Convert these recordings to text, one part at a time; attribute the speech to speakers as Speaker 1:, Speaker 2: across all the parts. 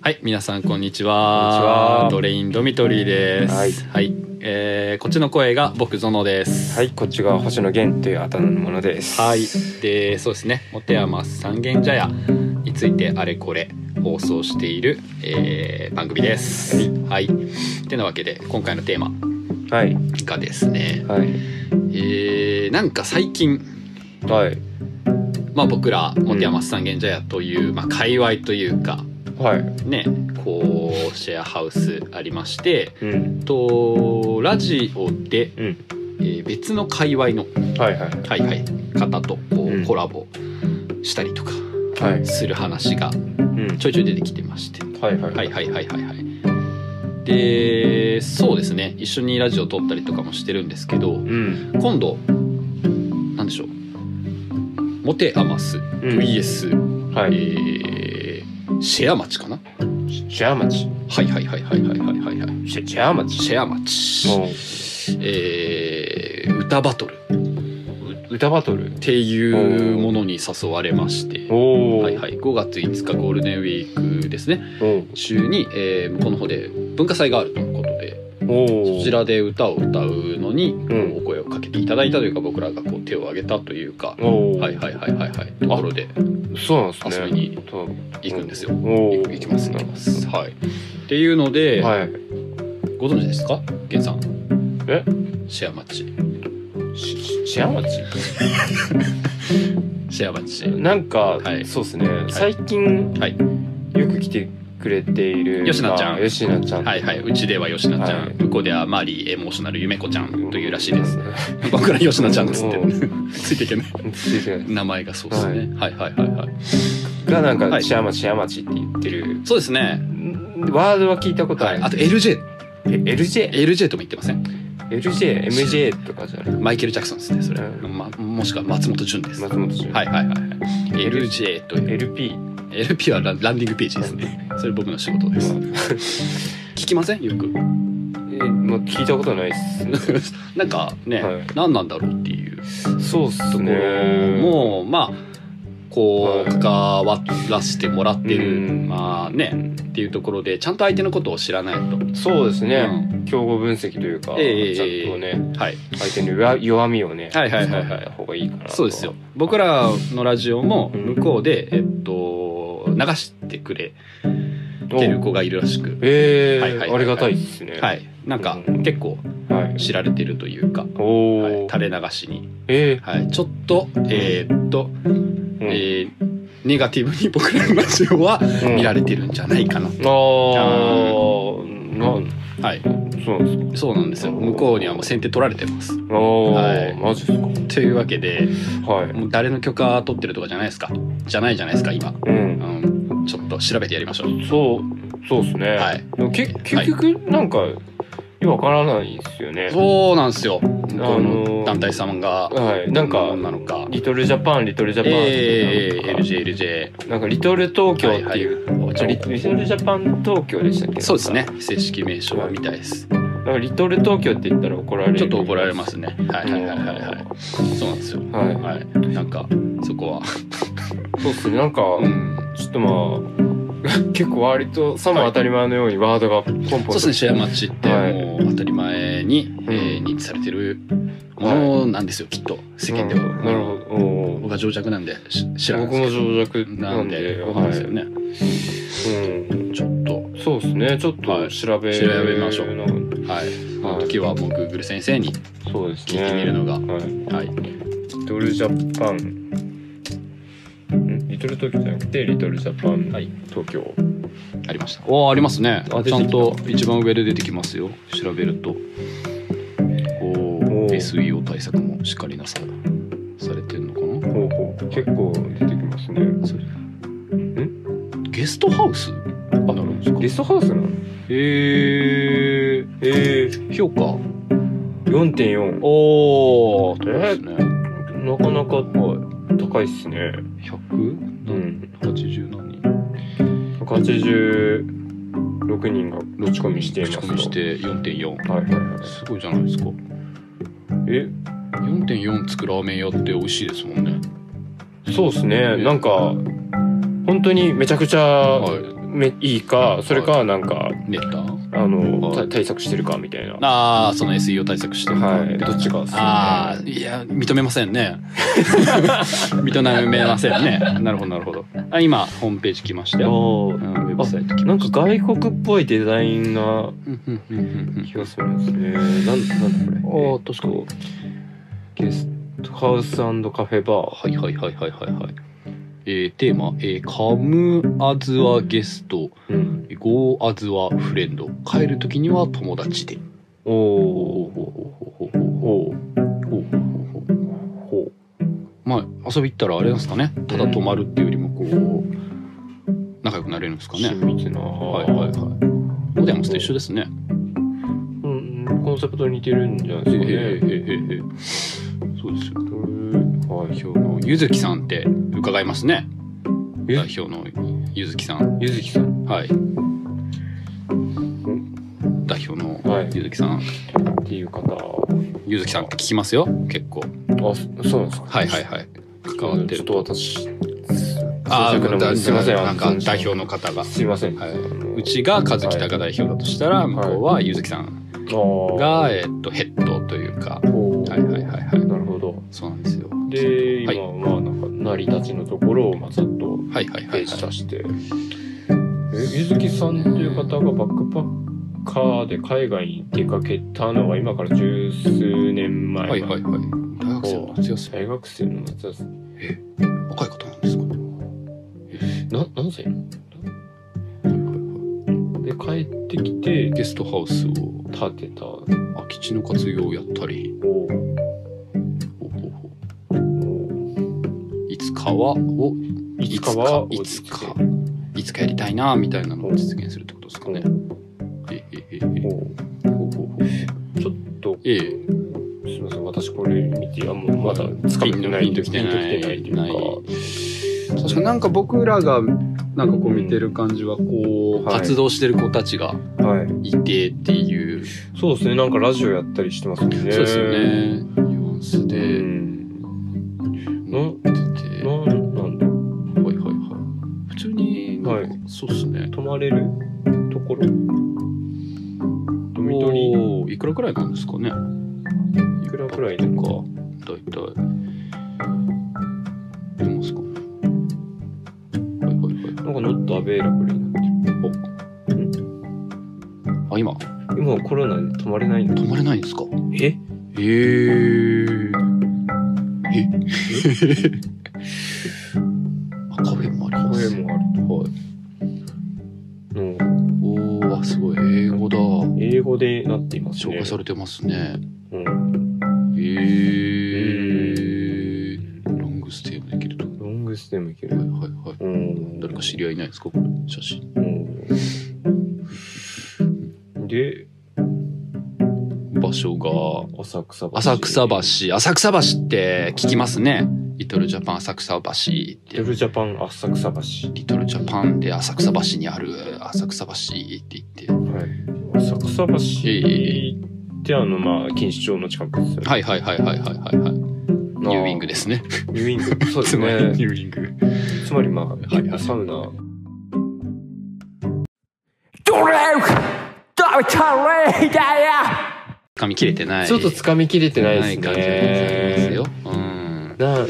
Speaker 1: はい、皆さんこんにち
Speaker 2: こんにち
Speaker 1: は。
Speaker 2: は
Speaker 1: ドレインドミトリーです。は
Speaker 2: はい
Speaker 1: い、えーこっちの声が僕ゾノです。
Speaker 2: はい、こっちが星野源というあたのものです。
Speaker 1: はい、でそうですね「もてやます三軒茶屋」についてあれこれ放送している、えー番組です。はい、てなわけで今回のテーマ
Speaker 2: はい、
Speaker 1: がですね、
Speaker 2: はい、
Speaker 1: えーなんか最近、
Speaker 2: はい、
Speaker 1: まあ、僕ら「もてやます三軒茶屋」という、まあ、界隈というか
Speaker 2: はい、
Speaker 1: ねこうシェアハウスありまして
Speaker 2: うん、
Speaker 1: とラジオで、
Speaker 2: うん、
Speaker 1: えー別の界隈の、
Speaker 2: はい、はい、
Speaker 1: はいはい、方とこ
Speaker 2: う
Speaker 1: うんコラボしたりとか
Speaker 2: はい、
Speaker 1: する話が
Speaker 2: うん
Speaker 1: ち、ょいちょい出てきてまして
Speaker 2: はい、はい、
Speaker 1: はいはいはいはいはいでそうですね一緒にラジオ撮ったりとかもしてるんですけど
Speaker 2: うん、
Speaker 1: 今度なんでしょうモテアマス VS、
Speaker 2: はい、
Speaker 1: えーシェアマチかな
Speaker 2: シェアマチ、
Speaker 1: はいはいはいはいはいはいはいはい
Speaker 2: シェシェアマチ、
Speaker 1: シェアマチ
Speaker 2: も
Speaker 1: えー歌バトルっ
Speaker 2: う歌バトル、
Speaker 1: ていうものに誘われまして
Speaker 2: おお、
Speaker 1: はいはい5月5日ゴールデンウィークですね
Speaker 2: お
Speaker 1: 中に、えー向こうの方で文化祭があるということで
Speaker 2: お、
Speaker 1: そちらで歌を歌うのにこ
Speaker 2: うん
Speaker 1: うお声をかけていただいたというか僕らがこう手を挙げたというか、
Speaker 2: おお、
Speaker 1: はいはいはいはいはいところで
Speaker 2: そうなんですね。
Speaker 1: 遊びに
Speaker 2: と
Speaker 1: 行くんですよ。
Speaker 2: おお、
Speaker 1: 行く行きます行きます。はい、っていうので、
Speaker 2: はい、
Speaker 1: ご存知ですか源さん。
Speaker 2: え
Speaker 1: シェアマッチ
Speaker 2: シシシェアマチ、
Speaker 1: シェアマッチ
Speaker 2: なんか、
Speaker 1: はい
Speaker 2: そうですね、最近、
Speaker 1: はい
Speaker 2: よく来てくれている
Speaker 1: 吉野ちゃん
Speaker 2: まあ吉野ちゃん、
Speaker 1: はいはいうちでは吉菜ちゃん、
Speaker 2: はい
Speaker 1: 向こうではマリーエモーショナルゆめこちゃんというらしいです、
Speaker 2: ね。
Speaker 1: 僕ら吉菜ちゃんですって
Speaker 2: う
Speaker 1: ついていけない名前がそうですね、はい、はいはいはい
Speaker 2: がなん
Speaker 1: は
Speaker 2: か
Speaker 1: い
Speaker 2: 「シェアマチシェアマチ」って言ってる
Speaker 1: そうですね
Speaker 2: ワードは聞いたことあ
Speaker 1: は
Speaker 2: る、
Speaker 1: いあと LJ
Speaker 2: LJLJ
Speaker 1: LJ とも言ってません
Speaker 2: MJ とかじゃない
Speaker 1: マイケル・ジャクソンですねそれ、
Speaker 2: う
Speaker 1: ま、もしくは松本潤です、
Speaker 2: 松本潤
Speaker 1: はいはいはいはい。LJ という
Speaker 2: LP
Speaker 1: LP はランランディングページですね。それ僕の仕事です。聞きませんよく。
Speaker 2: えもう聞いたことないっすね
Speaker 1: なんかね、
Speaker 2: はい
Speaker 1: 何なんだろうっていう
Speaker 2: そうっす
Speaker 1: とこ
Speaker 2: ね
Speaker 1: ろも、まあこう
Speaker 2: はい
Speaker 1: 関わらせてもらってる、
Speaker 2: うん
Speaker 1: まあねっていうところでちゃんと相手のことを知らないと。
Speaker 2: そうですね、
Speaker 1: うん
Speaker 2: 競合分析というか、
Speaker 1: ええ
Speaker 2: ちゃんとね
Speaker 1: はい。
Speaker 2: 相手の弱弱みをね
Speaker 1: はいはいはいはい
Speaker 2: 掴んだ方がいいかなと
Speaker 1: そうですよ。僕らのラジオも
Speaker 2: うん
Speaker 1: 向こうで、えっと流してくれ
Speaker 2: お
Speaker 1: てる子がいるらしく。
Speaker 2: ええ
Speaker 1: はいはいはいはい
Speaker 2: ありがたいっすね
Speaker 1: はい、なんか
Speaker 2: うん
Speaker 1: 結構
Speaker 2: はい、
Speaker 1: 知られてるというか、
Speaker 2: おお、
Speaker 1: はい、垂れ流しに、
Speaker 2: え
Speaker 1: はい、ちょっとえーっと、
Speaker 2: え
Speaker 1: えーネガティブに 僕らのラジオは
Speaker 2: うん
Speaker 1: 見られてるんじゃないかな、
Speaker 2: あーなん
Speaker 1: はい、
Speaker 2: そうなんですか
Speaker 1: そうなんですよ向こうにはもう先手取られてます
Speaker 2: ああ、
Speaker 1: はい
Speaker 2: マジですか
Speaker 1: というわけで
Speaker 2: はい
Speaker 1: もう誰の許可取ってるとかじゃないですかじゃないじゃないですか今、
Speaker 2: う
Speaker 1: うんん、ちょっと調べてやりましょう
Speaker 2: そうそうですね、
Speaker 1: はい
Speaker 2: でもけ結局なんかよくわからないですよね
Speaker 1: そうなんですよ向こうの団体さんが
Speaker 2: はいなんか
Speaker 1: なのか
Speaker 2: リトルジャパンリトルジャパン
Speaker 1: えー、
Speaker 2: なんか
Speaker 1: LJLJ
Speaker 2: なんかリトル東京
Speaker 1: はい
Speaker 2: っ
Speaker 1: は
Speaker 2: て
Speaker 1: い
Speaker 2: いう、あリリトルジャパン東京でしたっけ
Speaker 1: そうですね正式名称はみたいです
Speaker 2: なんかリトル東京って言ったら怒られる
Speaker 1: ちょっと怒られますね。はいはいはいはいはい。そうなんですよ。
Speaker 2: はい
Speaker 1: はい。なんかそこは、
Speaker 2: そうですねなんか、
Speaker 1: うん、
Speaker 2: ちょっとまあ 結構割とさも当たり前のようにワードがポンポン
Speaker 1: そうですねシェアマッチって
Speaker 2: はい
Speaker 1: もう当たり前に、えー認知されてるものなんですよ、きっと世間では。
Speaker 2: うんなるほどおー
Speaker 1: 僕は情弱なんでし知らない
Speaker 2: 僕も
Speaker 1: ですけど。
Speaker 2: 情弱
Speaker 1: な
Speaker 2: なんんで
Speaker 1: でわかんないですよね。
Speaker 2: はいうん
Speaker 1: ちょっと
Speaker 2: そうですね。ちょっ
Speaker 1: は
Speaker 2: と
Speaker 1: い
Speaker 2: 調べ、
Speaker 1: 調べましょう
Speaker 2: の
Speaker 1: はい。この時はもう Google 先生に
Speaker 2: そうですね。
Speaker 1: 聞いてみるのが、
Speaker 2: はい。
Speaker 1: はい。
Speaker 2: リトルジャパン。んリトル東京じゃなくてリトルジャパン、
Speaker 1: はい
Speaker 2: 東京。
Speaker 1: ありました。おおありますね。ちゃ
Speaker 2: あ出てきた
Speaker 1: んと一番上で出てきますよ。調べると。おお
Speaker 2: おー
Speaker 1: SEO 対策もしっかりなさされてるのかな。
Speaker 2: ほうほう。結構出てきますね。
Speaker 1: それゲストハウスあなるんですか
Speaker 2: ゲ。ストハウスなの？
Speaker 1: え
Speaker 2: ええ
Speaker 1: ー、評価。
Speaker 2: 四点四。
Speaker 1: おお。そうですね。
Speaker 2: なかなか高いっすね。
Speaker 1: 百
Speaker 2: うん。
Speaker 1: 八十何人。
Speaker 2: な186人が打ち込みしてい
Speaker 1: 打
Speaker 2: ます
Speaker 1: ち
Speaker 2: と
Speaker 1: 込みして4.4
Speaker 2: はいはいはい
Speaker 1: すごいじゃないですか
Speaker 2: え
Speaker 1: 4.4つくラーメン屋って美味しいですもんね
Speaker 2: そうですねなんか本当にめちゃくちゃ
Speaker 1: は
Speaker 2: めいいかそれかなんか
Speaker 1: いネタ
Speaker 2: あの
Speaker 1: はい
Speaker 2: た対策してるかみたいなは
Speaker 1: ああその SEO 対策してるかみ
Speaker 2: い
Speaker 1: た
Speaker 2: ど
Speaker 1: いな
Speaker 2: っちかっすね
Speaker 1: ああいや認めません ね認めませんねなるほどなるほどあ今ホームページ来ましたよ、
Speaker 2: お
Speaker 1: う
Speaker 2: ー
Speaker 1: ん、ウェブサイト来ま
Speaker 2: なん
Speaker 1: し
Speaker 2: か
Speaker 1: た
Speaker 2: 外国っぽいデザインな
Speaker 1: うんうんうんうん
Speaker 2: 気がするんですねなんなんだ
Speaker 1: う
Speaker 2: これ
Speaker 1: んああ確かに
Speaker 2: ゲストハウスカフェバ
Speaker 1: はいはいはいはいはいはいえー、テーマ、えーカムアズワゲスト
Speaker 2: ー」うん、
Speaker 1: ゴーアズワフレンド帰る時には友達で
Speaker 2: お
Speaker 1: ほう
Speaker 2: お
Speaker 1: ほうほうほうほうほうほうほうほ
Speaker 2: お
Speaker 1: うほう
Speaker 2: ほ
Speaker 1: まあ遊び行ったらあれなんですかねただ泊まるっていうよりもこう仲良くなれるんですか
Speaker 2: う
Speaker 1: ね
Speaker 2: 親密な
Speaker 1: はいはいはいモデアマスと一緒ですね
Speaker 2: うんうんコンセプト似てるんじゃない
Speaker 1: ええ
Speaker 2: ですかね、
Speaker 1: ええええそうですよ
Speaker 2: はい
Speaker 1: 代表のゆずきさんって伺いますね
Speaker 2: え
Speaker 1: 代表のゆずきさん
Speaker 2: ゆずきさん
Speaker 1: はい代表の
Speaker 2: はい
Speaker 1: ゆずきさん
Speaker 2: っていう方
Speaker 1: ゆずきさんって聞きますよ結構
Speaker 2: あそそうなんですか
Speaker 1: はいはいはい関わって
Speaker 2: ち
Speaker 1: る
Speaker 2: ょっと私
Speaker 1: ああ
Speaker 2: 制作の者ですいません
Speaker 1: なんか
Speaker 2: あの
Speaker 1: 代表の方が
Speaker 2: すいません、
Speaker 1: はい
Speaker 2: あの
Speaker 1: うちが和樹が代表だとしたら
Speaker 2: い
Speaker 1: 向こうはゆずきさん
Speaker 2: あー
Speaker 1: が、えっと、ヘッドというか
Speaker 2: ほう
Speaker 1: はいはいはいはい
Speaker 2: なるほど
Speaker 1: そうなんですよ
Speaker 2: で
Speaker 1: はい
Speaker 2: 今はまあなんか成り立ちのところをまあざっと
Speaker 1: はいはいは
Speaker 2: ペー
Speaker 1: い
Speaker 2: ジ
Speaker 1: はい
Speaker 2: 出して、えゆずきさんという方がバックパッカーで海外に出かけたのは今から十数年前、
Speaker 1: はいはいはい大学生の夏休み
Speaker 2: 大学生の夏休み
Speaker 1: 若い方なんですかね
Speaker 2: な何歳で帰ってきて
Speaker 1: ゲストハウスを
Speaker 2: 建てたお
Speaker 1: 空き地の活用をやったりほうほうほ
Speaker 2: お
Speaker 1: ういつかはを
Speaker 2: いつかはい
Speaker 1: つかいつかやりたいなみたいなのを実現するってことですかね。えええええ
Speaker 2: お
Speaker 1: えほうほうほう
Speaker 2: ちょっと
Speaker 1: ええ
Speaker 2: すみません私これ見てあもうまだつかめてない
Speaker 1: ピンときてない
Speaker 2: ピンときてないという
Speaker 1: 確かなんか僕らがなんかこう見てる感じはこう、
Speaker 2: はい
Speaker 1: 活動してる子たちが
Speaker 2: かはい
Speaker 1: いてっていう、
Speaker 2: そうですねなんかラジオやったりしてますもんね
Speaker 1: そうですよねニュアンス
Speaker 2: う
Speaker 1: で
Speaker 2: ん
Speaker 1: 持ってて、は
Speaker 2: なんなんだ
Speaker 1: いはいはい普通になんか、
Speaker 2: は
Speaker 1: そうですね
Speaker 2: 泊まれるところみ取り
Speaker 1: おーいくらくらいなんですかね
Speaker 2: いくらくらい
Speaker 1: と
Speaker 2: とか
Speaker 1: かだいたい出ますかねはいはいはい
Speaker 2: なんかノットアベイラブルになって
Speaker 1: あ今
Speaker 2: る今はコロナで泊まれないんだ
Speaker 1: 泊まれないんですか
Speaker 2: え
Speaker 1: えー、え あカフェもあります
Speaker 2: 声もあ
Speaker 1: はい
Speaker 2: るの
Speaker 1: おおあすごい英語だ
Speaker 2: 英語でなっています
Speaker 1: 紹
Speaker 2: ね
Speaker 1: 介されてますね
Speaker 2: うん
Speaker 1: えー、ロングステイもできると
Speaker 2: ロングステムいけ
Speaker 1: はい
Speaker 2: る
Speaker 1: はいはい
Speaker 2: うん
Speaker 1: 誰か知り合いいないですかこれ写真
Speaker 2: うんで
Speaker 1: 場所が
Speaker 2: 浅草橋
Speaker 1: 浅草橋浅草橋って聞きますねリトルジャパン浅草橋って
Speaker 2: リトルジャパン浅草橋
Speaker 1: リトルジャパンで浅草橋にある浅草橋って言っ
Speaker 2: はい浅草橋ってあのまあ錦糸町の近くですよ
Speaker 1: て
Speaker 2: ね
Speaker 1: はいはいはいはいはいはいはいニューウィング
Speaker 2: で
Speaker 1: ですね
Speaker 2: ニューウィング そうで
Speaker 1: つ
Speaker 2: す
Speaker 1: まり
Speaker 2: ね
Speaker 1: ニューウィング
Speaker 2: つまりまあ、
Speaker 1: はいはい
Speaker 2: サウナ。
Speaker 1: 噛み切れてない
Speaker 2: ちょっと掴みきれてない
Speaker 1: ない
Speaker 2: です
Speaker 1: 感じでございます
Speaker 2: ね
Speaker 1: よ。うん
Speaker 2: な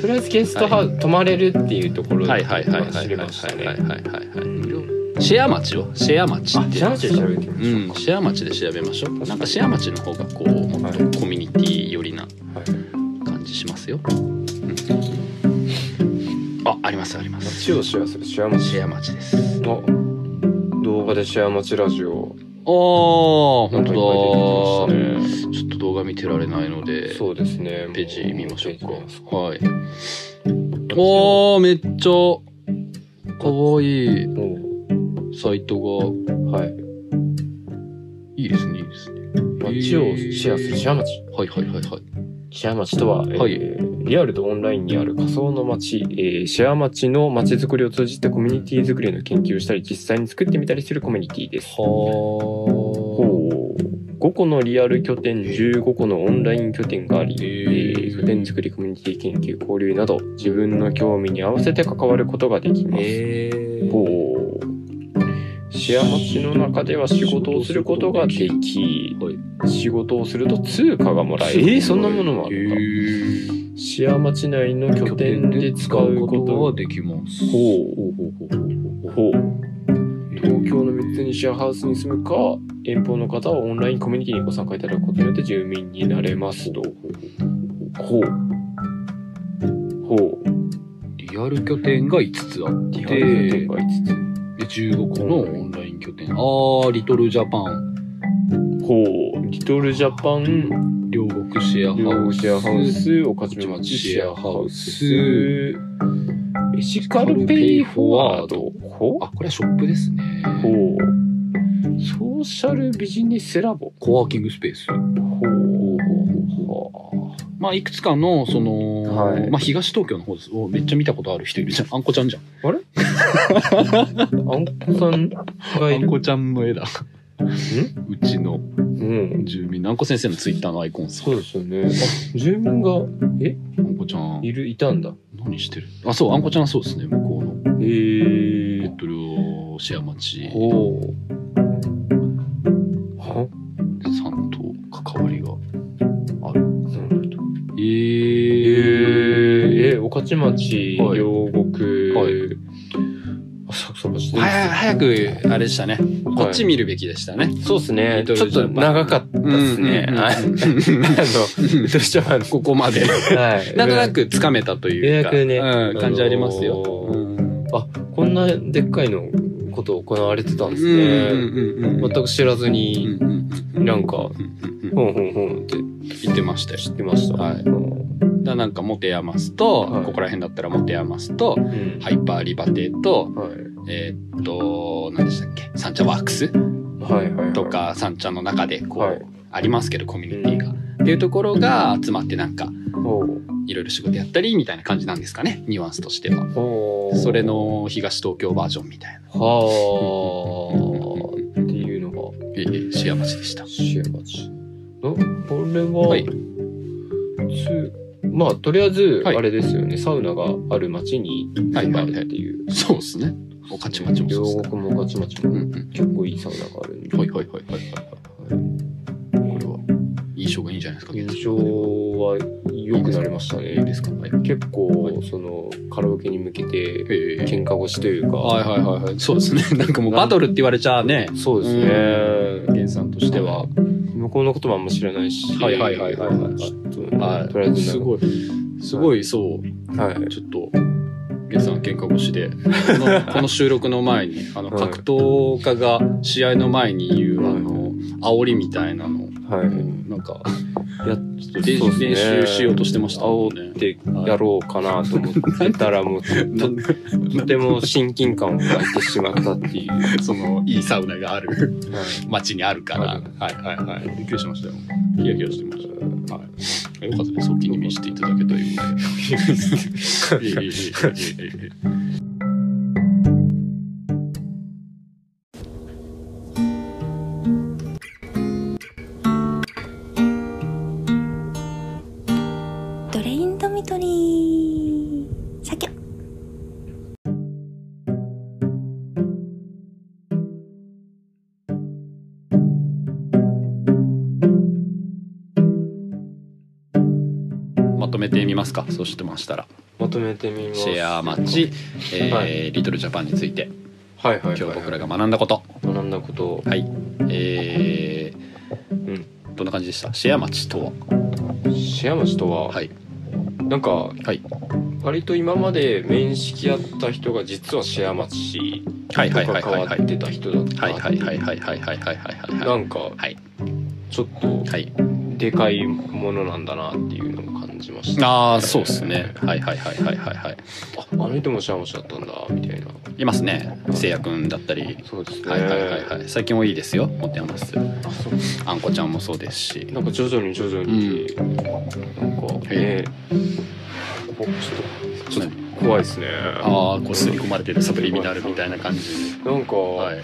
Speaker 2: とりあえずゲストハウス、泊まれるっていうところ
Speaker 1: はいはいはいはいはい
Speaker 2: 知
Speaker 1: はい
Speaker 2: れ
Speaker 1: はい
Speaker 2: ました
Speaker 1: はい
Speaker 2: ね。
Speaker 1: はいシェア町をシェア町
Speaker 2: あ
Speaker 1: っ、て
Speaker 2: じゃあじゃあ調べてみ
Speaker 1: うん
Speaker 2: まし
Speaker 1: シェア町で調べましょうなんかシェア町の方がこうもっとコミュニティ寄りな
Speaker 2: ょうか。はい
Speaker 1: 感じしますよ、うんあありますあります
Speaker 2: 街をシェアするシェアマチ。
Speaker 1: シェア町です
Speaker 2: あ、動画でシェアマチラジオ。
Speaker 1: おお
Speaker 2: なん
Speaker 1: 本
Speaker 2: か
Speaker 1: 当だ
Speaker 2: いっぱい出てきまし
Speaker 1: ちょっと動画見てられないの
Speaker 2: たね。
Speaker 1: で
Speaker 2: そうですね。
Speaker 1: ページ見ましょう
Speaker 2: もページ見ます
Speaker 1: かはいおーめっちゃかわいい
Speaker 2: お
Speaker 1: サイトが
Speaker 2: うはい。
Speaker 1: いいですねいいですね
Speaker 2: 街をシェアするシェアマチ。
Speaker 1: はいはいはいはい
Speaker 2: シェアマチとは、えー
Speaker 1: はい
Speaker 2: 日リアルとオンラインにある仮想の街、えーシェア街の街づくりを通じてコミュニティづくりの研究をしたり実際に作ってみたりするコミュニティです。
Speaker 1: は
Speaker 2: こう5個のリアル拠点15個のオンライン拠点があり、
Speaker 1: へ
Speaker 2: え
Speaker 1: ー
Speaker 2: ー拠点作りコミュニティ研究交流など自分の興味に合わせて関わることができ
Speaker 1: あ
Speaker 2: ます。
Speaker 1: へえ
Speaker 2: こうシェア街の中では仕事をすることができ
Speaker 1: はい
Speaker 2: 仕事をすると通貨がもらえるえーそんなものもあるのかシェア町内の拠点で使うこと
Speaker 1: は
Speaker 2: を
Speaker 1: できます
Speaker 2: ほう
Speaker 1: ほうほうほうほうほ
Speaker 2: ほう
Speaker 1: う
Speaker 2: 東京の3つにシェアハウスに住むか遠方の方はオンラインコミュニティにご参加いただくことによって住民になれますとほうほう
Speaker 1: リアル拠点が5つあって
Speaker 2: リアル拠点が5
Speaker 1: で15個のオンライン拠点ああリトルジャパン
Speaker 2: つほうリトルジャパン
Speaker 1: 両国シェアハ
Speaker 2: 両
Speaker 1: ウ
Speaker 2: シ
Speaker 1: ス
Speaker 2: ェアハウス、御徒町シェアハウス、エシカルペイフォワード、ほ
Speaker 1: あこれはショップですね
Speaker 2: ほうソーシャルビジネスラボ、
Speaker 1: コワーキングスペース
Speaker 2: ほうほう
Speaker 1: まあいくつかのその、
Speaker 2: はい
Speaker 1: まあ東東京の方ですおめっちゃ見たことある人いるじゃんあんこちゃんじゃん
Speaker 2: あんこさんが
Speaker 1: あ
Speaker 2: い
Speaker 1: ん
Speaker 2: る。
Speaker 1: こちゃんの絵だうちの
Speaker 2: うん。
Speaker 1: 住民のあんこ先生のツイッターのアイコンさ
Speaker 2: そうですよね。あ、住民が
Speaker 1: あんこちゃん
Speaker 2: いる、いたんだ。
Speaker 1: 何してるあそうあんこちゃんはそうですね向こうの
Speaker 2: へえ
Speaker 1: ベッドルシェア町
Speaker 2: ほう。は
Speaker 1: さんと関わりが
Speaker 2: なんだと
Speaker 1: え
Speaker 2: え
Speaker 1: ー、え
Speaker 2: ー、え、御徒町、
Speaker 1: はい
Speaker 2: 両国、
Speaker 1: はい
Speaker 2: 浅草橋ですね。
Speaker 1: 早早くあれでしたね、こっち見るべきでしたね
Speaker 2: そうですね。
Speaker 1: リ
Speaker 2: ち
Speaker 1: ト
Speaker 2: ょ
Speaker 1: ルジ
Speaker 2: っ
Speaker 1: ャパ
Speaker 2: と
Speaker 1: ン
Speaker 2: 長かったですね。はい。あの、リトルジャパン
Speaker 1: ここまで
Speaker 2: はい。
Speaker 1: なんとなくつかめたというか
Speaker 2: ようやくね
Speaker 1: うん、感じありますよ、
Speaker 2: あのー
Speaker 1: うん
Speaker 2: こんなでっかいのこと行われてたんで
Speaker 1: うん
Speaker 2: すね。
Speaker 1: うんうんうん
Speaker 2: 全く知らずに、
Speaker 1: うんうんうん
Speaker 2: なんか
Speaker 1: うんうんうん
Speaker 2: ほんほんほんって
Speaker 1: 言ってましたよ
Speaker 2: 知ってました。
Speaker 1: はい
Speaker 2: うん
Speaker 1: だからなんかモテヤマスと、
Speaker 2: はい
Speaker 1: ここら辺だったらモテヤマスと
Speaker 2: うん
Speaker 1: ハイパーリバテと
Speaker 2: はい。
Speaker 1: えーっと何でしたっけサンチャワークス
Speaker 2: はいはいはい。
Speaker 1: とか三茶の中でこう、
Speaker 2: はい
Speaker 1: ありますけどコミュニティが、っていうところが集まってなんか
Speaker 2: ほう。
Speaker 1: いろいろ仕事やったりみたいな感じなんですかねニュアンスとしては
Speaker 2: ほう。
Speaker 1: それ。の東東京バージョンみたいな
Speaker 2: はあ。っていうのが、
Speaker 1: ええシェア町でした
Speaker 2: シェア町。あこれは、
Speaker 1: はい
Speaker 2: つまあとりあえず
Speaker 1: はい
Speaker 2: あれですよね、サウナがある町に
Speaker 1: はい
Speaker 2: 住
Speaker 1: は
Speaker 2: ま
Speaker 1: い
Speaker 2: れ
Speaker 1: はい
Speaker 2: っていう、
Speaker 1: そうですねおかちまちもそう
Speaker 2: 両
Speaker 1: ですね
Speaker 2: 国も勝ち町
Speaker 1: うんう
Speaker 2: も
Speaker 1: ん
Speaker 2: 結構いいサウナがあるんで、
Speaker 1: はいはいはいはいはいはいこれは印象がいいんじゃないですか
Speaker 2: 印象は良くなりました
Speaker 1: いい
Speaker 2: ね
Speaker 1: ですかはい
Speaker 2: 結
Speaker 1: は
Speaker 2: 構そのカラオケに向けて
Speaker 1: ええ
Speaker 2: 喧嘩腰というか、
Speaker 1: はいはいはいはいそうですねなんかもうバトルって言われちゃうね
Speaker 2: そうですね、
Speaker 1: 源さんとしては
Speaker 2: 向こうのこともあんま知らないし
Speaker 1: はいはいはいはいはい
Speaker 2: ちょっと、
Speaker 1: はい
Speaker 2: とりあえず
Speaker 1: すごいすごいそう
Speaker 2: はい
Speaker 1: ちょっと、皆さん喧嘩腰 で、このこの収録の前に、あの、
Speaker 2: はい
Speaker 1: 格闘家が試合の前に言う、
Speaker 2: はい
Speaker 1: あの、煽りみたいなの、
Speaker 2: はい
Speaker 1: なんか、
Speaker 2: や
Speaker 1: ちょっと練
Speaker 2: そうっ
Speaker 1: 習
Speaker 2: すね
Speaker 1: 練習しようとしてましたもんね。
Speaker 2: 煽ってやろうかなと思ってたらもう
Speaker 1: なんで、
Speaker 2: とても親近感を抱いてしまったっていう。
Speaker 1: その、いいサウナがある
Speaker 2: はい
Speaker 1: 街にあるから、は
Speaker 2: はい
Speaker 1: はいはい。びっくりしましたよ。ヒヤヒヤしてました。はい。よかったです。お気に召していただけたようで。いえいえいえいえいえいえ
Speaker 3: ドレインドミトリー酒
Speaker 1: まとめてみますか。そうしてましたら。
Speaker 2: まとめてみます。
Speaker 1: シェアマッチ。、えー
Speaker 2: は
Speaker 1: リトルジャパンについて
Speaker 2: はいはいはい、はい。
Speaker 1: 今日僕らが学んだこと、
Speaker 2: 学んだこと。
Speaker 1: えーどんな感じでしたシェアマッチとは
Speaker 2: シェアマッチとは、
Speaker 1: はい
Speaker 2: なんか、
Speaker 1: はい
Speaker 2: 割と今まで面識あった人が実はシェアマッチ
Speaker 1: はい
Speaker 2: と
Speaker 1: はいは
Speaker 2: か
Speaker 1: いはいは
Speaker 2: 関わっ
Speaker 1: い
Speaker 2: てた人だった。
Speaker 1: はいはいはいはいはいはいはいはい
Speaker 2: な
Speaker 1: は
Speaker 2: んか、
Speaker 1: い
Speaker 2: ちょっと
Speaker 1: いはい
Speaker 2: でかいものなんだなっていうのを感感じました
Speaker 1: ああそうですねはいはいはいはいはいはい
Speaker 2: ああの人もシャーモシャーだったんだみたいない
Speaker 1: ますねせいやくんだったり
Speaker 2: そうですね
Speaker 1: はいはいはいはい最近多いですよ持ってます
Speaker 2: あそう
Speaker 1: あんこちゃんもそうですし
Speaker 2: なんか徐々に徐々に、なんかね
Speaker 1: え
Speaker 2: こうちょっとちょっと怖いですね
Speaker 1: ああこう刷り込まれてるサブリミナルみたいな感じに
Speaker 2: なんか、
Speaker 1: はい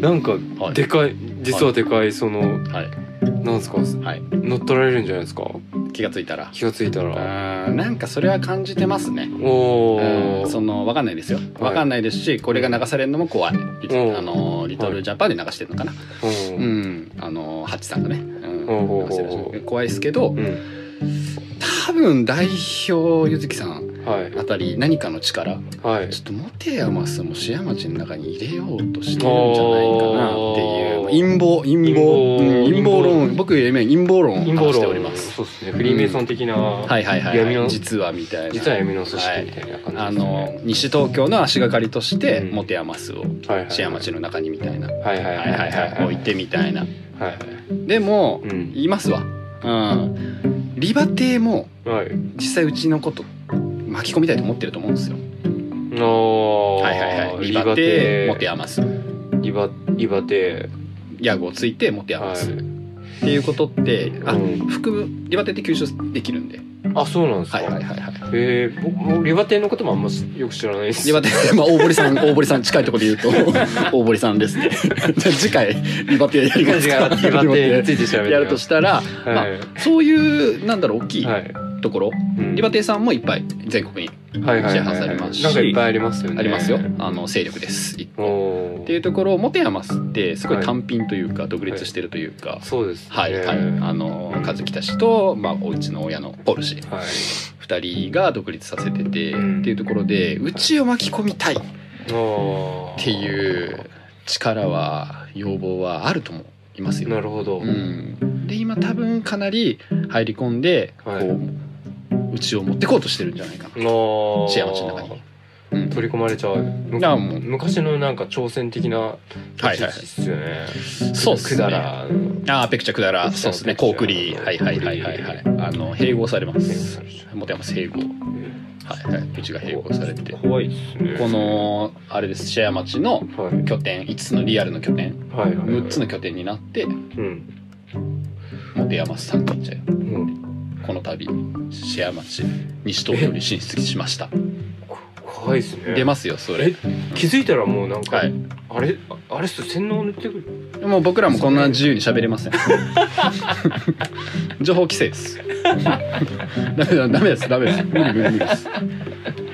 Speaker 2: なんか
Speaker 1: はい
Speaker 2: でかい、実はでかいその
Speaker 1: はい
Speaker 2: なんですか
Speaker 1: はい
Speaker 2: 乗っ取られるんじゃないですか
Speaker 1: 気がついたら
Speaker 2: 気がついた
Speaker 1: う
Speaker 2: ら
Speaker 1: ーんなんかそれは感じてますね
Speaker 2: お
Speaker 1: うん
Speaker 2: お
Speaker 1: そのわかんないですよわかんないですしこれが流されるのも怖いリ
Speaker 2: うん
Speaker 1: あのリトルジャパンで流してるのかな
Speaker 2: うん
Speaker 1: うんあのハチさんがね
Speaker 2: おう
Speaker 1: う
Speaker 2: おうおうん
Speaker 1: 流してるらしい怖いですけど
Speaker 2: うん
Speaker 1: 多分代表ゆずきさん
Speaker 2: はい
Speaker 1: あたり何かの力
Speaker 2: はい
Speaker 1: ちょっとモテヤマスもシェア町の中に入れようとしてるんじゃないかなっていう陰謀陰謀
Speaker 2: 陰謀
Speaker 1: うん陰謀論僕よりも陰謀論を
Speaker 2: 陰謀
Speaker 1: 話
Speaker 2: 論
Speaker 1: しております
Speaker 2: そうですねフリーメイソン的な、
Speaker 1: はいはいはい
Speaker 2: 闇の
Speaker 1: 実はみたいな
Speaker 2: 実は闇の組織みたいな感じですね、
Speaker 1: あの西東京の足がかりとして
Speaker 2: うん
Speaker 1: モテヤマスを
Speaker 2: はいはい
Speaker 1: シェア町の中にみたいなは
Speaker 2: はいはい
Speaker 1: い
Speaker 2: はい
Speaker 1: はいはい置いてみたいな
Speaker 2: はいはい
Speaker 1: でも
Speaker 2: うん
Speaker 1: 言いますわうんリバ亭も
Speaker 2: はい
Speaker 1: 実際うちのこと巻き込みたいと思ってると思うんですよ
Speaker 2: の
Speaker 1: はいはいはいリバ亭モテヤマス
Speaker 2: リバリバテ
Speaker 1: ヤグをついてモテヤマス
Speaker 2: はい
Speaker 1: っていうことってあ、
Speaker 2: うん
Speaker 1: 含むリバテって吸収できるんで
Speaker 2: あそうなんですか、
Speaker 1: はいはいはい はい
Speaker 2: えー、僕もリバテのこともあんまよく知らないです
Speaker 1: リバテまあ大堀さん大堀さん近いところで 言うと大堀さんですね じゃあ次回リバテやり
Speaker 2: 違う
Speaker 1: ますか
Speaker 2: リバテについて調べて
Speaker 1: やるとしたら、ま
Speaker 2: はい
Speaker 1: あ、そういうなんだろう大きい
Speaker 2: はい、
Speaker 1: ところ、リバテさんもいっぱい全国に
Speaker 2: テはいはい
Speaker 1: シェアハ
Speaker 2: は
Speaker 1: ウスあ
Speaker 2: い
Speaker 1: り
Speaker 2: は
Speaker 1: ます
Speaker 2: い
Speaker 1: し
Speaker 2: なんかいっぱいありますよね
Speaker 1: ありますよ、あの勢力です一個
Speaker 2: お
Speaker 1: っていううところを持て余すってすごい単品というか独立してるというか、
Speaker 2: そうですね
Speaker 1: はいはい、あの和樹たちと、まあ、おうちの親のポルシェ
Speaker 2: はい
Speaker 1: 2人が独立させててって
Speaker 2: うん
Speaker 1: いうところでうちを巻き込みたいっ
Speaker 2: おー
Speaker 1: ていう力は要望はあると思いますよ。
Speaker 2: なるほど、
Speaker 1: うん、で今多分かなり入り込んでこう、
Speaker 2: はいう
Speaker 1: ちを持ってこうとしてるんじゃないかな。
Speaker 2: の
Speaker 1: シェア町の中にうん
Speaker 2: 取り込まれちゃうむ
Speaker 1: あもう
Speaker 2: 昔のなんか挑戦的な
Speaker 1: はいはい
Speaker 2: ですよね、
Speaker 1: そうっすね
Speaker 2: くだら
Speaker 1: ああペクチャクだら
Speaker 2: ペクチ
Speaker 1: そ
Speaker 2: ャ
Speaker 1: うですね
Speaker 2: ペクチ
Speaker 1: コ
Speaker 2: ャ
Speaker 1: ークリーはいはいはいはいはいあの併合されます持て余す併合はいはいうちが併合されてこ
Speaker 2: 怖いですね
Speaker 1: のあれですシェア町の
Speaker 2: はい
Speaker 1: 拠点5つのリアルの拠点
Speaker 2: はいはいはい
Speaker 1: 6つの拠点になって
Speaker 2: うん、
Speaker 1: 持て余す三軒茶屋
Speaker 2: うん、
Speaker 1: この度シェア町西東京に進出しました
Speaker 2: こ怖いですね
Speaker 1: 出ますよそ
Speaker 2: え
Speaker 1: れ
Speaker 2: 気づいたらもうなんか、
Speaker 1: はい
Speaker 2: あれああれっす洗脳塗ってくる
Speaker 1: もう僕らもこんな自由に喋れません 情報規制です ダメだダメですダメです無理無理無理です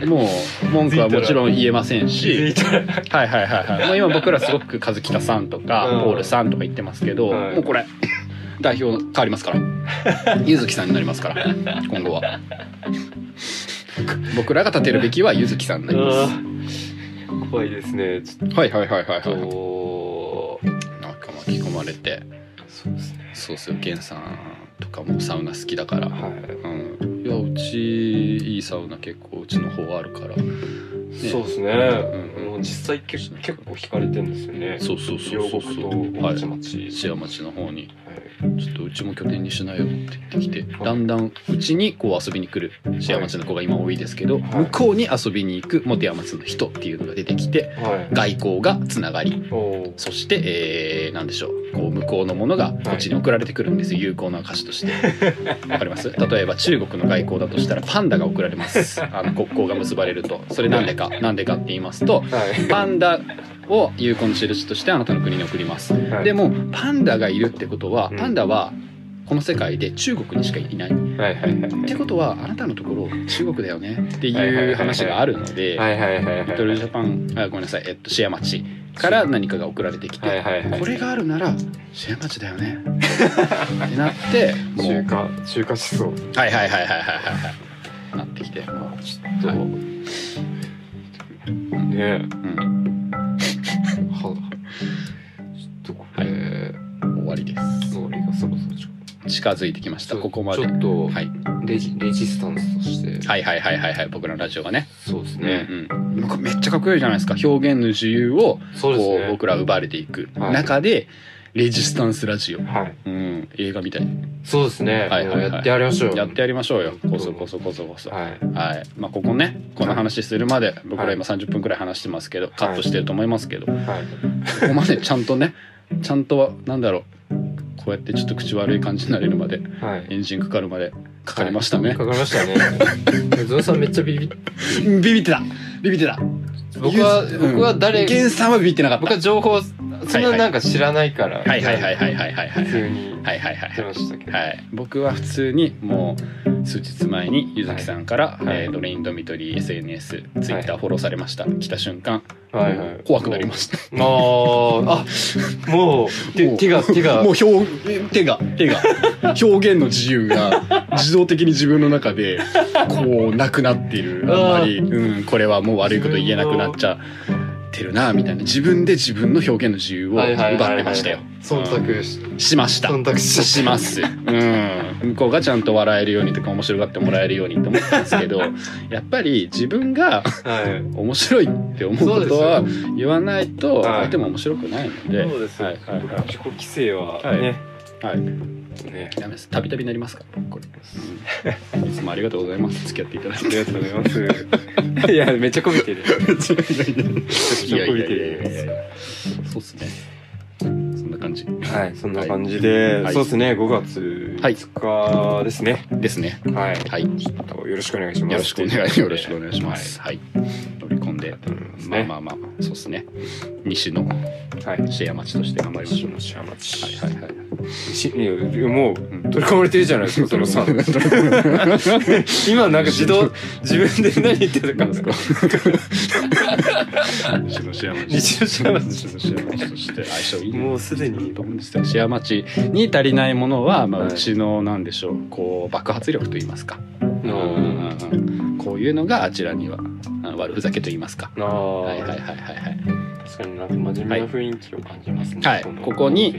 Speaker 1: もう文句はもちろん言えませんし
Speaker 2: たら
Speaker 1: はいはいはいはい もう今僕らすごく和北さんとか、
Speaker 2: うん
Speaker 1: ポールさんとか言ってますけど、
Speaker 2: はい
Speaker 1: もうこれ代表変わりますから ゆずきさんになりますから今後は僕らが立てるべきはゆずきさんになります
Speaker 2: 怖いですねちょっ
Speaker 1: はいはいはいはいはい
Speaker 2: と
Speaker 1: なんか巻き込まれて
Speaker 2: そうですね
Speaker 1: そうっすよゲンさんとかもサウナ好きだから、
Speaker 2: はい
Speaker 1: うんいやうちいいサウナ結構うちの方あるから
Speaker 2: そうですね、
Speaker 1: うん
Speaker 2: もう実際結結構惹かれてんですよね
Speaker 1: そうそうそう
Speaker 2: 両
Speaker 1: そう
Speaker 2: 国
Speaker 1: そ
Speaker 2: と
Speaker 1: うは
Speaker 2: まち
Speaker 1: い
Speaker 2: まち
Speaker 1: シェア町の方に
Speaker 2: はい
Speaker 1: ちょっとうちも拠点にしないよって言ってきてだんだんうちにこう遊びに来るシェア町の子が今多いですけど、
Speaker 2: はい
Speaker 1: 向こうに遊びに行くモテヤ町の人っていうのが出てきて
Speaker 2: はい。
Speaker 1: 外交がつながり
Speaker 2: おお。
Speaker 1: そして、えー、何でしょうこう向こうのものがこっちに送られてくるんですよ、有効な証として わかります例えば中国の外交だとしたらパンダが送られ ますあの国交が結ばれるとそれなんでかなんでかって言いますと
Speaker 2: はい。
Speaker 1: パンダを有効の印としてあなたの国に送りますで
Speaker 2: も、
Speaker 1: もパンダがいるってことは
Speaker 2: うん
Speaker 1: パンダはこの世界で中国にしかいない、っ
Speaker 2: はいはいはい。
Speaker 1: てことはあなたのところ中国だよねって
Speaker 2: はいはいはい
Speaker 1: い
Speaker 2: は
Speaker 1: う
Speaker 2: い
Speaker 1: 話があるので、
Speaker 2: はいはいはいはい。
Speaker 1: リトルジャパンあごめんなさい、えっと、シェア町から何かが送られてきて、
Speaker 2: はいはいはい。
Speaker 1: これがあるならシェア町だよ ねってなってもう
Speaker 2: 中華中華思想。
Speaker 1: はいはいはいはいはいはいはいなってきても
Speaker 2: ちょっと、
Speaker 1: はいう、う
Speaker 2: ね
Speaker 1: ん、
Speaker 2: え、はちょっとこれ、
Speaker 1: 終わりです
Speaker 2: 総理がそろそろちょ
Speaker 1: 近づいてきましたここまで
Speaker 2: ち
Speaker 1: は
Speaker 2: ょっと、
Speaker 1: い、
Speaker 2: レジレジスタンスとして、
Speaker 1: はいはいはいはいはい僕らのラジオがね
Speaker 2: そうですね。
Speaker 1: うんうん、なんかめっちゃかっこいいじゃないですか表現の自由を
Speaker 2: そうです
Speaker 1: こう
Speaker 2: ね。
Speaker 1: 僕ら奪われていく
Speaker 2: はい
Speaker 1: 中で、レジスタンスラジオ。
Speaker 2: はい。
Speaker 1: うん、映画みたい。
Speaker 2: そうですね。
Speaker 1: はいはいはい
Speaker 2: もうやってやりましょうよ。
Speaker 1: やってやりましょうよ。こそこそこそこそ。は
Speaker 2: はい。
Speaker 1: い。まあ、ここね、この話するまで、僕ら今30分くらい話してますけど、カットしてると思いますけど、こ
Speaker 2: はい。
Speaker 1: こまでちゃんとね、ちゃんとは、なんだろう。こうやってちょっと口悪い感じになれるまで、
Speaker 2: はい。
Speaker 1: エンジンかかるまで、かかりましたね。
Speaker 2: かかりましたね。ゾウさんめっちゃビビっ
Speaker 1: うんビビってたビビってた
Speaker 2: 僕は、
Speaker 1: うん
Speaker 2: 僕は誰、
Speaker 1: ゲンさんはビビってなかっ
Speaker 2: 僕は
Speaker 1: た。
Speaker 2: 情報、そんななんか知らないから。
Speaker 1: はいはいはいはいはいはいはい
Speaker 2: 普。通に
Speaker 1: はいはいはい
Speaker 2: やってましたけど。
Speaker 1: はい、僕は普通にもう数日前にゆずきさんから、
Speaker 2: はい
Speaker 1: えードレインドミトリー SNS ツイッタ
Speaker 2: は
Speaker 1: ーフォローされました、来た瞬間、
Speaker 2: はいはい。
Speaker 1: 怖くなりま
Speaker 2: し
Speaker 1: した
Speaker 2: た。ああ、あ、もう、手
Speaker 1: もう
Speaker 2: 手が、手が
Speaker 1: もう、表手が手が表現の自由が自動的に自分の中でこうなくなっている あんまり、うん、これはもう悪いこと言えなくなっちゃってるなみたいな自分で自分の表現の自由を
Speaker 2: はいはいはいはい
Speaker 1: 奪ってましたよ
Speaker 2: 忖度し、
Speaker 1: しました
Speaker 2: 忖度し
Speaker 1: します。 うん。向こうがちゃんと笑えるようにとか面白がってもらえるようにと思ったんですけ ど、やっぱり自分が
Speaker 2: はい。
Speaker 1: 面白いって思うことは言わないと
Speaker 2: はい
Speaker 1: 相手も面白くないので、
Speaker 2: そうですよ
Speaker 1: はいはいはい
Speaker 2: 自己規制は
Speaker 1: はい
Speaker 2: ね。
Speaker 1: はい。
Speaker 2: ね。
Speaker 1: ダメです。たびたびなりますから、これ。うんいつもありがとうございます。付き合っていただい
Speaker 2: あ り
Speaker 1: て。
Speaker 2: がとうござい ます。いや、めっちゃこびてる。めっちゃこびて
Speaker 1: いやいやいやいやいや
Speaker 2: る。
Speaker 1: そうっすね。そんな感じ
Speaker 2: はい、そんな感じで、
Speaker 1: はい
Speaker 2: そうですね、5月5日ですね。
Speaker 1: ですね。
Speaker 2: はい。
Speaker 1: はい。よ
Speaker 2: ちょっとよろしくお願いします。
Speaker 1: ろしくお願いよろしくお願いします。はい。乗り込んで、まあま
Speaker 2: あ。
Speaker 1: あまあ、そうですね。西の
Speaker 2: はい。
Speaker 1: シェア町として頑張りましょう。
Speaker 2: しゃまち。
Speaker 1: はいはいはい。
Speaker 2: しいやもう、
Speaker 1: ん
Speaker 2: 取り込まれてるじゃないですか、そのさ。 今なんか自動、 自分で何言ってたかですか
Speaker 1: 西のシェア町。
Speaker 2: 日常シェアマチ
Speaker 1: 西のシェア町として相性いい。
Speaker 2: もうすでに
Speaker 1: と思うんですよ。シェア町に足りないものは、まあ、
Speaker 2: はいう
Speaker 1: ちの、なんでしょう、こう、爆発力と言いますか。
Speaker 2: あ
Speaker 1: うんうんうんこういうのがあちらには、あ悪ふざけと言いますか。
Speaker 2: あ
Speaker 1: はいはいはいはいはい。
Speaker 2: 確かになんか真面目な雰囲気を感じますね、
Speaker 1: はいここに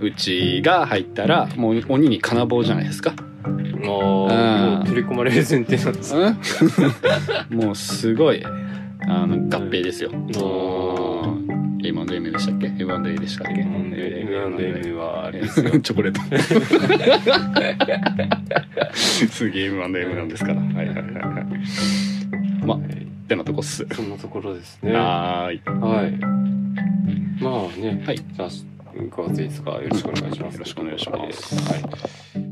Speaker 1: うちが入ったら、もう鬼に金棒じゃないですか。
Speaker 2: あ
Speaker 1: う
Speaker 2: あ
Speaker 1: ん
Speaker 2: 取り込まれる前提なんですね
Speaker 1: うん もうすごいあの合併ですよ。
Speaker 2: ー
Speaker 1: うん M&M でしたっけ ?M&A でしたっけ
Speaker 2: M&M はあれですよ
Speaker 1: チョコレート。すげえ M&M なんですから。はいはいはいはい。まあ、ってなとこっす。
Speaker 2: そんなところですねは
Speaker 1: はーい。
Speaker 2: いまあね、
Speaker 1: はい
Speaker 2: じゃあ5月5日よろしくお願いします、
Speaker 1: よろしくお願いします
Speaker 2: はい